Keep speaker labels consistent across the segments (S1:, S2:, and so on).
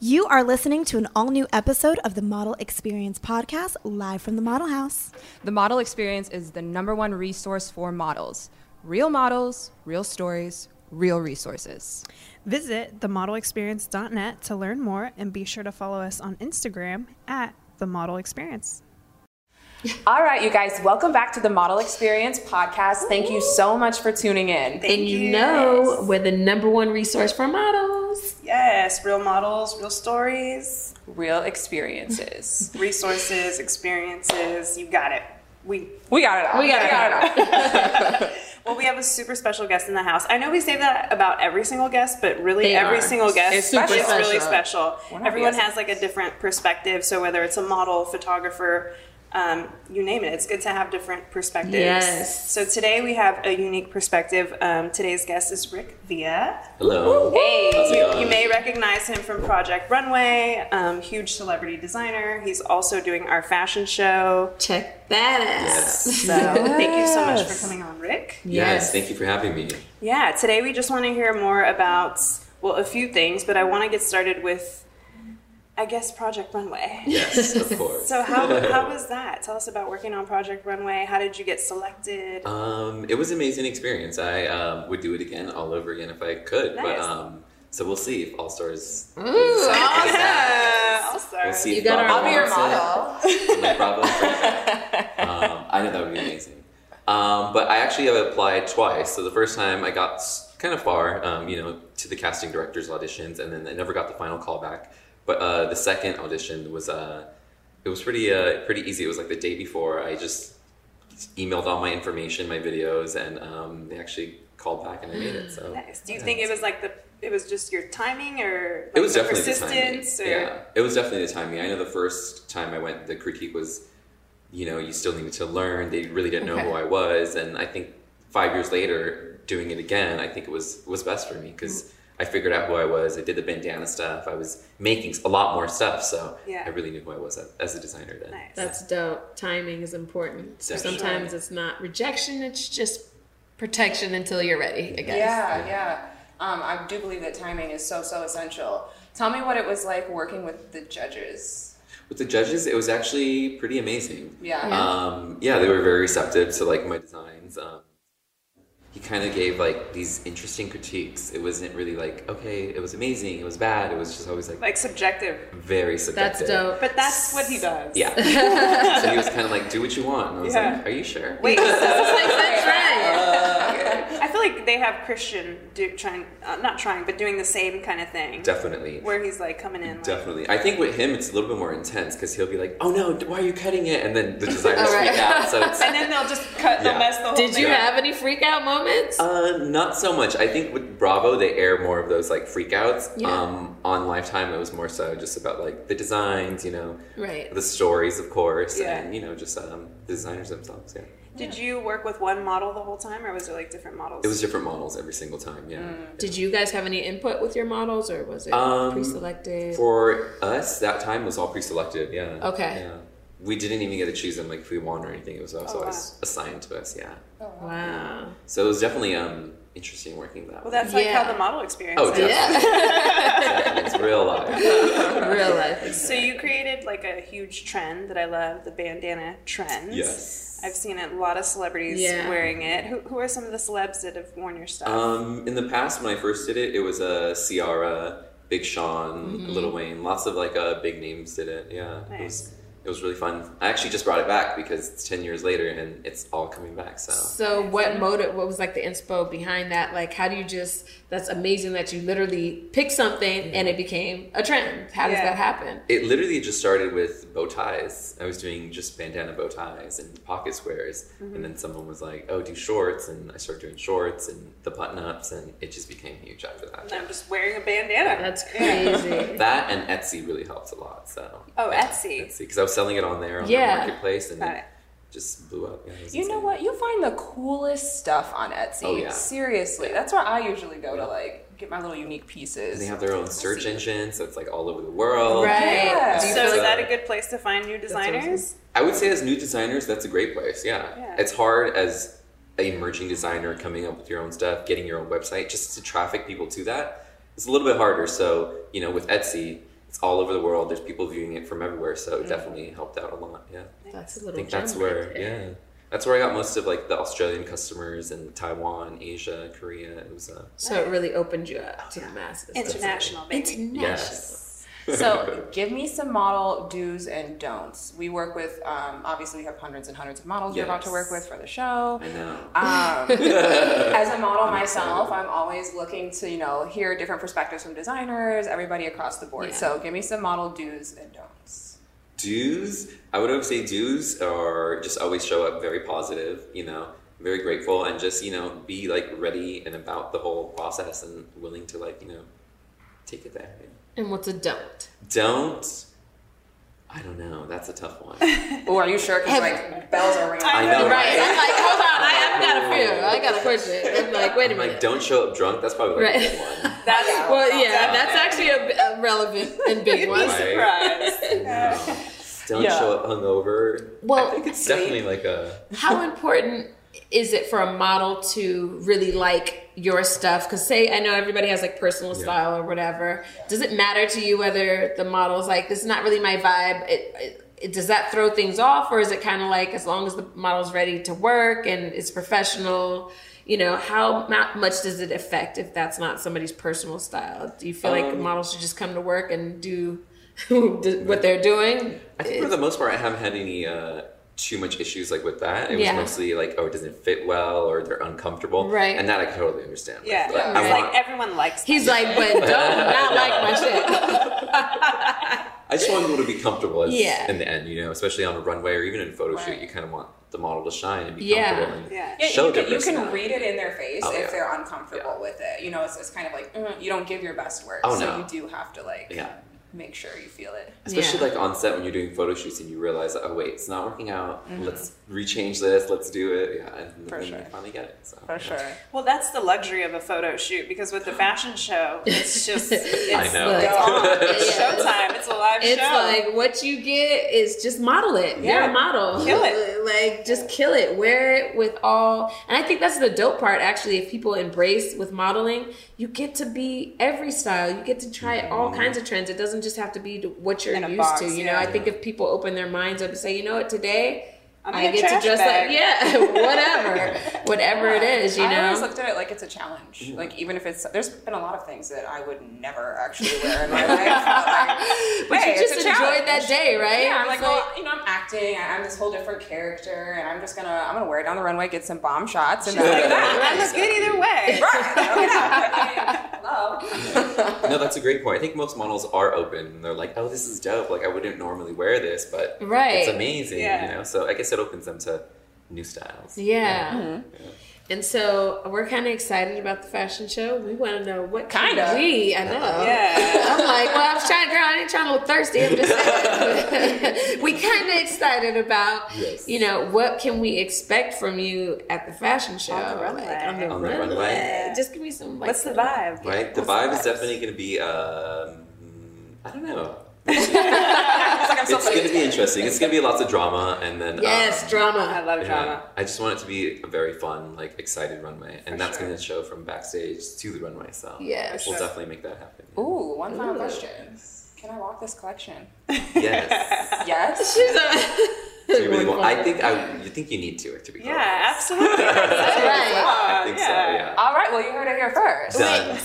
S1: You are listening to an all new episode of the Model Experience Podcast live from the Model House.
S2: The model experience is the number one resource for models. Real models, real stories, real resources.
S3: Visit themodelexperience.net to learn more and be sure to follow us on Instagram at the model experience.
S2: All right, you guys, welcome back to the Model Experience Podcast. Thank you so much for tuning in.
S4: and you know we're the number one resource for models.
S5: Yes, real models, real stories,
S2: Real experiences.
S5: resources, experiences. You got it. We
S2: We got it all.
S4: We got it
S5: well, we have a super special guest in the house. I know we say that about every single guest, but really
S4: They
S5: every
S4: are.
S5: single guest
S4: It's super
S5: is really
S4: special.
S5: special.
S2: not
S5: Everyone
S2: BSing.
S5: has like a different perspective. So whether it's a model, photographer, um, you name it, it's good to have different perspectives.
S4: Yes.
S5: So today we have a unique perspective. Um, today's guest is Rick Villa.
S6: Hello. How's it
S5: Hey,
S6: going?
S5: you, you may recognize him from Project Runway, um, huge celebrity designer. He's also doing our fashion show.
S4: Check that out.
S5: So thank you so much for coming on, Rick.
S4: Yes.
S6: Yes, thank you for having me.
S5: Yeah, today we just want to hear more about, well, a few things, but I want to get started with, I guess, Project Runway.
S6: Yes, of course.
S5: So how, how was that? Tell us about working on Project Runway. How did you get selected?
S6: um, it was an amazing experience. I um, would do it again, all over again if I could. But
S5: Nice.
S6: um, so we'll see if All Stars.
S4: Ooh,
S5: yeah, Uh, I'll start.
S6: We'll see
S4: You
S6: if
S4: got our-
S6: Bob
S2: I'll be your
S6: wants it.
S2: model.
S6: no problem. Bring it back. um, I know that would be amazing. Um, but I actually have applied twice. So the first time I got s- kind of far, um, you know, to the casting director's auditions, and then I never got the final call back. But uh, the second audition was uh, it was pretty uh, pretty easy. It was like the day before. I just emailed all my information, my videos, and um, they actually called back and I made it. So
S5: Nice. Do you think it was like the, it was just your timing or like
S6: it was
S5: the
S6: definitely the timing.
S5: persistence or?
S6: Yeah, it was definitely the timing. I know the first time I went, the critique was, you know, you still needed to learn. They really didn't know who I was, and I think five years later, doing it again, I think it was was best for me because
S5: Mm.
S6: I figured out who I was. I did the bandana stuff. I was making a lot more stuff, so
S5: Yeah.
S6: I really knew who I was as- as a designer then.
S5: Nice.
S4: That's dope. Timing is important. So
S6: Definitely.
S4: sometimes it's not rejection, it's just protection until you're ready, I guess.
S7: Yeah, yeah. Um, I do believe that timing is so so essential. Tell me what it was like working with the judges.
S6: With the judges, it was actually pretty amazing.
S7: Yeah.
S6: Um, yeah, they were very receptive to like my designs. Um, he kind of gave like these interesting critiques. It wasn't really like okay, it was amazing, it was bad. It was just always like,
S5: like subjective.
S6: very
S4: That's
S6: subjective.
S4: dope.
S5: But that's what he does.
S6: Yeah. so he was kind of like, do what you want. And I was
S5: Yeah.
S6: like, are you sure?
S5: Wait, so
S4: Like, that's right.
S5: I feel like they have Christian do, trying, uh, not trying, but doing the same kind of thing.
S6: Definitely.
S5: Where he's like coming in. Like,
S6: Definitely. I think with him, it's a little bit more intense because he'll be like, oh no, d- why are you cutting it? And then the designers
S4: right.
S6: freak out. So it's
S5: And then they'll just cut,
S6: Yeah.
S5: they'll mess the whole
S4: Did
S5: thing
S4: you
S5: up.
S4: have any freak out moments?
S6: Uh, not so much. I think with Bravo, they air more of those like freakouts.
S4: Yeah.
S6: Um, on Lifetime, it was more so just about like the designs, you know,
S4: right.
S6: the stories, of course,
S5: Mm. Yeah.
S6: and you know, just um, the designers themselves. Yeah,
S5: Did you work with one model the whole time, or was it like different models?
S6: it was different models every single time. Yeah.
S4: Did you guys have any input with your models or was it
S6: Um,
S4: pre
S5: Mm.
S4: selected?
S6: For us, that time was all pre-selected. Yeah.
S4: Okay.
S6: Yeah. We didn't even get to choose them like if we won or anything. It was also
S5: Oh, wow.
S6: ass- assigned to us. Yeah.
S4: Wow.
S6: So it was definitely um interesting working
S5: Well,
S6: that. way.
S5: that's like
S4: Yeah.
S5: how the model experience.
S6: oh,
S5: is.
S6: definitely.
S4: Yeah.
S6: definitely. It's real life.
S4: Real life.
S5: So you created like a huge trend that I love, the bandana trend.
S6: Yes.
S5: I've seen a lot of celebrities
S4: Yeah.
S5: wearing it. Who, who are some of the celebs that have worn your stuff?
S6: Um, in the past, when I first did it, it was a uh, Ciara, Big Sean, Little Wayne, lots of like uh, big names did it. Yeah, it was it was really fun. I actually just brought it back because it's ten years later and it's all coming back. So
S4: So what motive what was like the inspo behind that? Like how do you just that's amazing that you literally picked something and it became a trend. How does
S5: Yeah.
S4: that happen?
S6: it literally just started with bow ties. I was doing just bandana bow ties and pocket squares, and then someone was like, "Oh, do shorts," and I started doing shorts and the button ups, and it just became huge after that.
S5: I'm just wearing a bandana.
S4: That's crazy.
S6: That and Etsy really helped a lot. So
S5: Oh,
S6: yeah,
S5: Etsy.
S6: Etsy because I was selling it on there on
S4: Yeah.
S6: the marketplace and
S5: Got
S6: it
S5: it.
S6: just blew up. Yeah, it was
S7: You know
S6: insane.
S7: what? You find the coolest stuff on Etsy.
S6: Oh, yeah.
S7: Seriously, that's where I usually go to like get my little unique pieces.
S6: And they have their own search engine, so it's like all over the world.
S4: Right.
S7: Yeah.
S4: Do you
S5: so
S4: feel
S5: is
S4: like
S6: uh,
S5: that a good place to find new designers?
S6: I would say as new designers, that's a great place. Yeah,
S5: Yeah.
S6: it's hard as an emerging designer coming up with your own stuff, getting your own website, just to traffic people to that. It's a little bit harder. So you know, with Etsy, it's it's all over the world. There's people viewing it from everywhere, so it definitely helped out a lot. Yeah,
S4: That's a
S6: I
S4: little.
S6: think that's
S4: gem
S6: where
S4: right there.
S6: yeah, that's where I got most of like the Australian customers and Taiwan, Asia, Korea. It was uh,
S4: So it really opened you up to the masses.
S5: International, baby.
S4: International.
S6: yes,
S7: So, give me some model do's and don'ts. We work with, um, obviously, we have hundreds and hundreds of models we're about to work with for the show.
S6: I know.
S7: Um, as a model myself, I'm always looking to, you know, hear different perspectives from designers, everybody across the board.
S4: Yeah.
S7: So, give me some model do's and don'ts.
S6: Dues, I would say dues are just always show up very positive, you know, very grateful, and just, you know, be like ready and about the whole process and willing to like, you know, take it there.
S4: And what's a don't?
S6: Don't, I don't know, that's a tough one.
S7: Oh, are you sure? Because like bells are ringing.
S6: I know,
S4: Right. I'm
S6: right?
S4: like, hold on, I have got a few. I got a question. I'm like, wait a
S6: I'm like,
S4: minute.
S6: don't show up drunk, that's probably like
S4: Right.
S6: a good one.
S5: That's
S4: Well, yeah, that's actually a, b- a relevant and big one.
S6: Like,
S5: surprise.
S6: Don't show up hungover.
S4: Well,
S6: I think it's definitely like a,
S4: How important is it for a model to really like your stuff? Because say I know everybody has like personal style or whatever. Does it matter to you whether the model's like this is not really my vibe? It, it, it- does that throw things off, or is it kind of like as long as the model's ready to work and it's professional? You know, how mu- much does it affect if that's not somebody's personal style? Do you feel like
S6: Um,
S4: models should just come to work and do what they're doing?
S6: I think for the most part, I haven't had any uh, too much issues like with that. It
S4: Yeah.
S6: was mostly like, oh, it doesn't fit well, or they're uncomfortable,
S4: Right.
S6: And that I totally understand. with,
S5: Yeah,
S6: but
S5: it's
S6: I,
S5: like
S6: want,
S5: everyone likes.
S4: He's like, but don't not like my shit.
S6: I just want people to be comfortable as,
S4: Yeah.
S6: in the end, you know, especially on a runway or even in a photo shoot. You kind of want the model to shine and be
S4: Yeah.
S6: comfortable and
S5: Yeah.
S7: Yeah,
S6: show
S7: you,
S6: their
S7: can, you can
S6: personality.
S7: read it in their face
S6: Oh,
S7: if
S6: yeah.
S7: they're uncomfortable with it. You know, it's, it's kind of like mm, you don't give your best work,
S6: Oh,
S7: so
S6: no.
S7: you do have to like
S6: Yeah.
S7: make sure you feel it.
S6: Especially
S4: Yeah.
S6: like on set when you're doing photo shoots and you realize, oh wait, it's not working out.
S4: Mm-hmm.
S6: Let's rechange this. Let's do it. Yeah, and
S7: For
S6: then
S7: sure.
S6: you finally get it. So, yeah.
S5: Well, that's the luxury of a photo shoot because with the fashion show, it's just
S6: I
S5: it's,
S6: know.
S4: Look,
S5: it's on. It's
S4: Yeah.
S5: showtime. It's a live
S4: It's
S5: show.
S4: like what you get is just model it. You're
S5: Yeah.
S4: a model.
S5: Kill it.
S4: Like just kill it. Wear it with all and I think that's the dope part actually if people embrace with modeling, you get to be every style. You get to try all kinds of trends. It doesn't just have to be what you're
S5: In a
S4: used
S5: box,
S4: to. You know,
S5: yeah.
S4: I think if people open their minds up and say, you know what, today
S5: I'm
S4: I
S5: in a
S4: get
S5: trash
S4: to dress
S5: bag.
S4: like yeah, whatever. whatever it is, you
S7: I
S4: know.
S7: always looked at it like it's a challenge. Like even if it's there's been a lot of things that I would never actually wear in my life.
S4: but
S7: Like, hey,
S4: you just
S7: it's a
S4: enjoyed
S7: challenge.
S4: that day, right?
S7: Yeah, I'm
S4: It's
S7: like, well, you know, I'm acting. I- I'm this whole different character, and I'm just gonna, I'm gonna wear it down the runway, get some bomb shots, and then like that.
S5: I look good either way.
S7: Right. Okay. Hello.
S6: no, that's a great point. I think most models are open. and They're like, oh, this is dope. Like, I wouldn't normally wear this, but
S4: Right.
S6: it's amazing.
S5: Yeah.
S6: You know, so I guess it opens them to new styles.
S4: Yeah.
S5: Mm-hmm.
S4: And so we're kind of excited about the fashion show. We want to know what kind
S7: Kinda.
S4: of we. I know.
S5: Yeah.
S4: I'm like, well, I was trying, girl. I ain't trying to look thirsty. I'm just saying. we kind of excited about,
S6: Yes.
S4: you know, what can we expect from you at the fashion show?
S5: the runway.
S4: Like, on the
S6: On the
S4: runway.
S6: runway.
S4: Just give me some. Like,
S5: What's the vibe?
S6: Right? The vibe is definitely going to be, um, I don't know. it's going to be interesting. It's going to be lots of drama and then.
S4: Yes,
S5: Uh,
S6: um,
S5: I
S4: drama.
S5: love
S6: yeah,
S5: drama.
S6: I just want it to be a very fun, like, excited runway. and that's going to show from backstage to the runway. So
S4: Yes.
S6: we'll definitely make that happen.
S7: Ooh, one final question. Can I walk this collection?
S6: Yes.
S7: Yes.
S4: She's a-
S6: Do you really want- I think I, you think you need to, to be
S5: Yeah,
S6: honest.
S5: absolutely.
S4: right.
S6: I think so, yeah.
S7: All right. Well, you heard it here first.
S6: Done.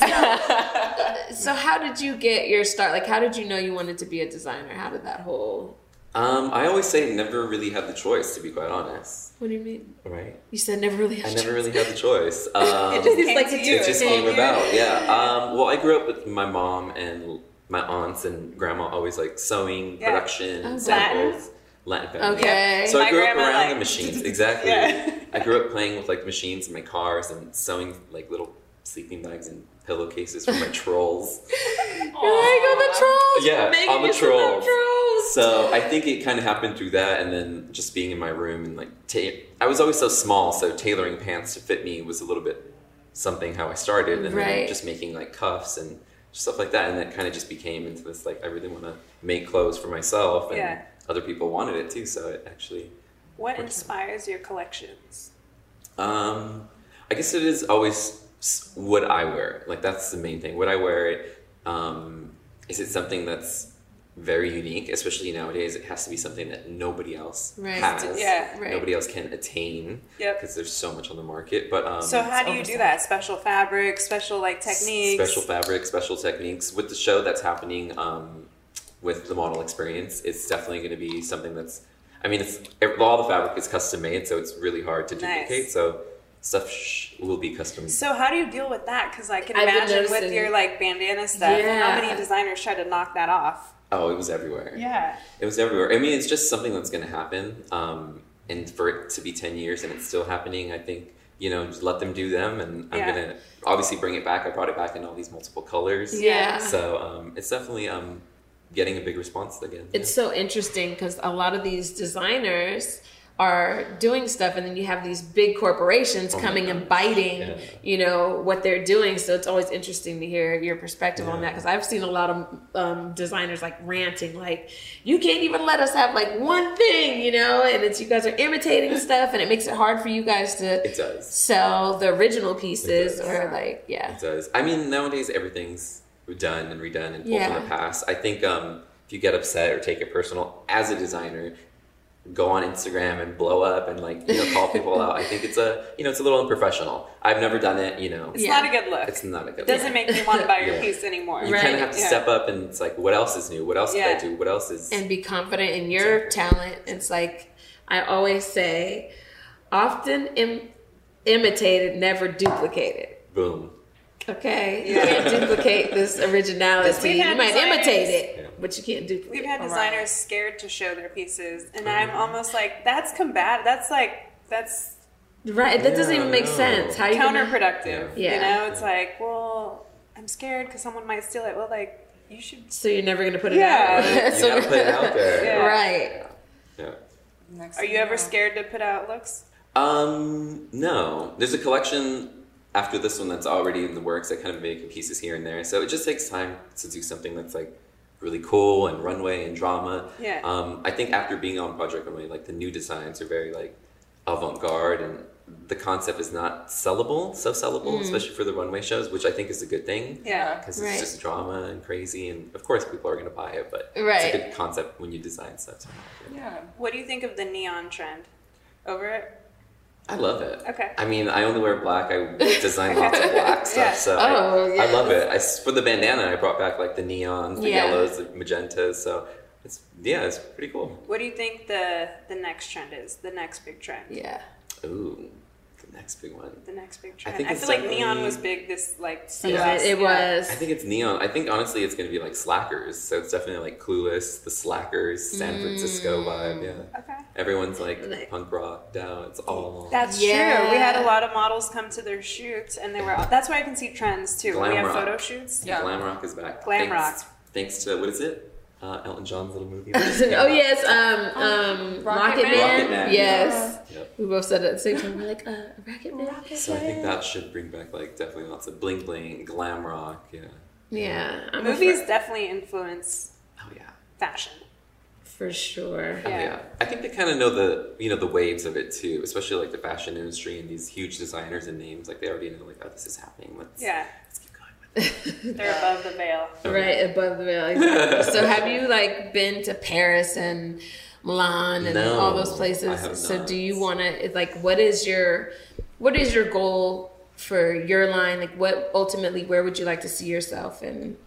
S4: So, how did you get your start? Like, how did you know you wanted to be a designer? How did that whole.
S6: Um, I always say never really had the choice, to be quite honest.
S4: What do you mean?
S6: Right?
S4: You said never really had
S6: I
S4: a
S6: never
S4: choice.
S6: really had the choice. Um, it,
S5: Came
S4: like
S5: to
S4: a
S5: you.
S4: dude.
S6: just came about, yeah. Um, well, I grew up with my mom and my aunts and grandma always like sewing,
S5: Yeah.
S6: production,
S4: Oh,
S6: samples. Latin family.
S4: Okay.
S6: So
S5: My
S6: I grew up
S5: grandma,
S6: around the
S5: like-
S6: machines. Exactly.
S5: Yeah.
S6: I grew up playing with like machines in my cars and sewing like little sleeping bags and pillowcases for my trolls.
S4: You're like on the trolls.
S6: Yeah,
S4: Megan,
S6: on the
S4: you're still on
S6: trolls. So I think it kind of happened through that, and then just being in my room and like ta- I was always so small, so tailoring pants to fit me was a little bit something how I started, and
S4: Right.
S6: then just making like cuffs and stuff like that, and that kind of just became into this like I really want to make clothes for myself, and
S5: Yeah.
S6: other people wanted it too, so it actually.
S5: What inspires your collections?
S6: Um, I guess it is always s- would I wear it? Like that's the main thing. Would I wear it? Um, is it something that's very unique, especially nowadays. It has to be something that nobody else
S4: Right.
S6: has.
S5: Yeah, right.
S6: Nobody else can attain.
S5: Yep.
S6: Because there's so much on the market. But um,
S5: So how do you
S4: almost
S5: do that? Special fabric, special like techniques.
S6: Special fabric, special techniques. With the show that's happening um, with the model experience, it's definitely going to be something that's. I mean, it's e, all the fabric is custom made, so it's really hard to
S5: Nice.
S6: duplicate. So stuff sh- will be custom.
S5: So how do you deal with that? Because I can
S4: I've been
S5: imagine with
S4: noticing-
S5: your like bandana stuff, how
S4: Yeah.
S5: many designers try to knock that off?
S6: oh, it was everywhere.
S5: Yeah.
S6: It was everywhere. I mean, it's just something that's going to happen. Um, and for it to be 10 years and it's still happening, I think, you know, just let them do them. And I'm
S5: Yeah.
S6: going to obviously bring it back. I brought it back in all these multiple colors.
S4: Yeah.
S6: So um, it's definitely um, getting a big response again.
S4: It's so interesting because a lot of these designers are doing stuff, and then you have these big corporations
S6: Oh my
S4: coming and
S6: gosh.
S4: biting,
S6: Yeah.
S4: you know, what they're doing. So it's always interesting to hear your perspective on
S6: Yeah.
S4: that because I've seen a lot of um, designers like ranting, like, you can't even let us have like one thing, you know, and it's you guys are imitating stuff, and it makes it hard for you guys to
S6: it does.
S4: sell the original pieces
S6: does.
S4: or like, yeah.
S6: It does. I mean, nowadays everything's done and redone and pulled from
S4: Yeah.
S6: the past. I think um, if you get upset or take it personal as a designer, go on Instagram and blow up and like you know call people out. I think it's a you know it's a little unprofessional. I've never done it. You know,
S5: It's
S4: Yeah.
S5: not a good look.
S6: it's not a good.
S5: Doesn't
S6: look.
S5: make me want to buy your
S6: Yeah.
S5: piece anymore.
S6: You kind of have to
S5: Yeah.
S6: step up and it's like, what else is new? What else
S5: Yeah.
S6: did I do? What else is?
S4: and be confident in your talent. It's like I always say, often Im- imitated, never duplicated.
S6: boom.
S4: Okay, you can't duplicate this
S5: Because
S4: originality.
S5: we've had
S4: You might
S5: designers-
S4: imitate it,
S6: Yeah.
S4: but you can't duplicate.
S5: We've had designers scared to show their pieces, and I'm almost like, that's combat. That's like, that's
S4: right? That doesn't
S6: Yeah,
S4: even make
S6: no.
S4: sense. How you gonna-
S5: counterproductive.
S4: Yeah.
S5: You know, it's like, well, I'm scared because someone might steal it. Well, like, you should.
S4: So you're never gonna put it
S5: Yeah.
S4: out.
S6: You
S4: So-
S6: gotta put it out there.
S5: Yeah.
S4: Right.
S6: Yeah.
S7: Next
S5: Are
S7: thing
S5: you ever
S7: know.
S5: scared to put out looks?
S6: Um, no. There's a collection after this one that's already in the works. I kind of making pieces here and there, so it just takes time to do something that's like really cool and runway and drama.
S5: Yeah.
S6: Um, I think after being on Project Runway, like the new designs are very like avant-garde and the concept is not sellable, so sellable, especially for the runway shows, which I think is a good thing
S5: Yeah.
S6: because
S4: Right.
S6: it's just drama and crazy, and of course people are gonna buy it, but
S4: Right.
S6: it's a good concept when you design stuff. So
S7: Yeah.
S5: What do you think of the neon trend? Over it?
S6: I love it.
S5: Okay.
S6: I mean, I only wear black. I design lots of black stuff,
S5: Yeah.
S6: so
S4: Oh,
S6: I, I
S4: yes.
S6: love it. I s for the bandana, I brought back like the neons, the
S4: Yeah.
S6: yellows, the magentas. So it's yeah, it's pretty cool.
S5: What do you think the the next trend is? The next big trend.
S4: Yeah.
S6: Ooh, the next big one.
S5: The next big
S6: I
S5: trend.
S6: think
S5: I,
S6: it's
S5: feel like neon
S6: definitely-
S5: was big this like
S4: It,
S6: Yeah.
S4: was- it was.
S6: I think it's neon. I think honestly, it's gonna be like slackers. So it's definitely like Clueless, the Slackers, San
S5: Mm.
S6: Francisco vibe. Yeah,
S5: Okay.
S6: everyone's like
S4: Like-
S6: punk rock down. It's all
S5: That's
S4: Yeah.
S5: true. We had a lot of models come to their shoots, and they were. That's why I can see trends too.
S6: Glam
S5: we have
S6: rock.
S5: photo shoots.
S7: Yeah.
S6: glam rock is back.
S5: Glam
S6: thanks,
S5: rock.
S6: Thanks to what is it? Uh, Elton John's little movie.
S4: oh yes, um, um, Rocket,
S7: Rocket
S4: Man.
S7: Man?
S6: Rocket Man,
S4: Yes,
S6: Yep.
S4: we both said it at the same time. We're like, uh, Rocket Man.
S6: So I think that should bring back like definitely lots of bling bling, glam rock. Yeah.
S4: Yeah, I'm a
S5: Movies definitely influence
S6: Oh yeah.
S5: fashion.
S4: For sure.
S6: Oh,
S5: Yeah.
S6: yeah. I think they kind of know the you know the waves of it too, especially like the fashion industry and these huge designers and names. Like they already know like oh this is happening. Let's
S5: Yeah,
S6: Let's keep going with it.
S5: they're above the veil.
S4: Right above the veil. Exactly. so have you like been to Paris and Milan and
S6: No,
S4: all those
S6: I have
S4: places? So
S6: not.
S4: do you want to like what is your what is your goal for your line? Like what ultimately where would you like to see yourself and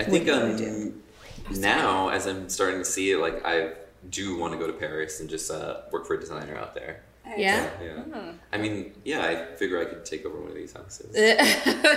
S6: I think um now as I'm starting to see it, like I do want to go to Paris and just uh, work for a designer out there.
S4: yeah?
S6: Yeah. I mean, yeah, I figure I could take over one of these houses.
S4: Take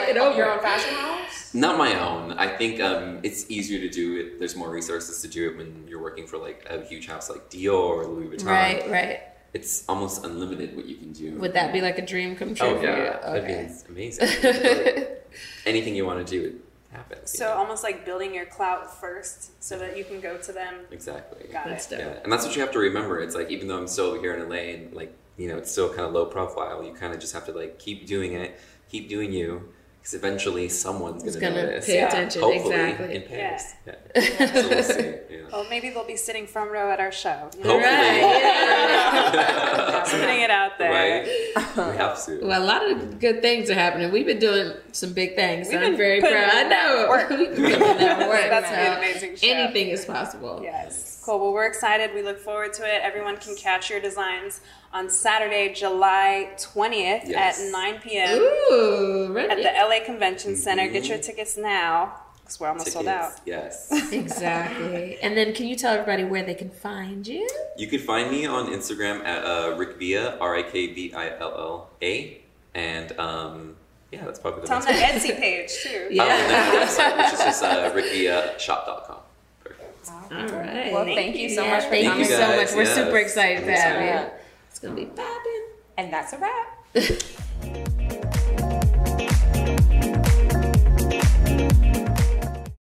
S7: Like,
S4: it
S7: Your
S4: over.
S7: own fashion house?
S6: Not my own. I think um, it's easier to do it. There's more resources to do it when you're working for like a huge house like Dior or Louis Vuitton.
S4: Right, right.
S6: It's almost unlimited what you can do.
S4: Would that be like a dream come true
S6: Oh
S4: for
S6: yeah,
S4: you? Okay.
S6: that'd be amazing. Like, anything you want to do, it happens. you
S5: So um,
S6: know?
S5: almost like building your clout first, so that you can go to them.
S6: exactly.
S5: Got
S4: That's
S5: it.
S4: dope.
S6: Yeah, and that's what you have to remember. It's like even though I'm still over here in LA and like you know it's still kind of low profile, you kind of just have to like keep doing it, keep doing you, 'cause because eventually someone's going
S4: It's
S6: to
S4: gonna
S6: notice.
S4: pay attention,
S6: Hopefully,
S4: exactly.
S6: in Paris. Yeah. so we'll see.
S4: Right.
S6: Yeah.
S5: Well, maybe they'll be sitting front row at our show.
S6: Hopefully.
S5: Just putting it out there.
S6: right? we have to.
S4: Well, a lot of good things are happening. We've been doing some big things.
S5: We've
S4: I'm
S5: been
S4: very
S5: putting
S4: proud. I
S5: in that
S4: know.
S5: work.
S4: We've been putting in that work.
S5: That's
S4: so
S5: been an amazing show.
S4: Anything is possible.
S5: Yes. Cool. Well, we're excited. We look forward to it. Everyone can catch your designs on Saturday, July 20th
S6: Yes.
S5: at 9 p.m.
S4: Ooh, right.
S5: at the LA Convention Center. Get your tickets now because we're almost sold out.
S6: Mm-hmm. Tickets, Yes.
S4: Exactly. And then can you tell everybody where they can find you?
S6: You could find me on Instagram at uh, Rick Villa, R I K V I L L A, and um, yeah, that's probably the
S5: It's on
S6: best.
S5: the Etsy page, too.
S6: Um, and then my website, which is just uh, rickviashop.com. Perfect.
S4: All right.
S7: Well, thank you so
S4: Yeah,
S7: much for
S4: Thank
S7: coming.
S4: you so
S6: Thank you
S4: much.
S6: guys,
S4: We're
S6: yes.
S4: super excited
S6: I'm
S4: to have
S6: excited.
S4: you. It's going to be popping.
S7: And that's a wrap.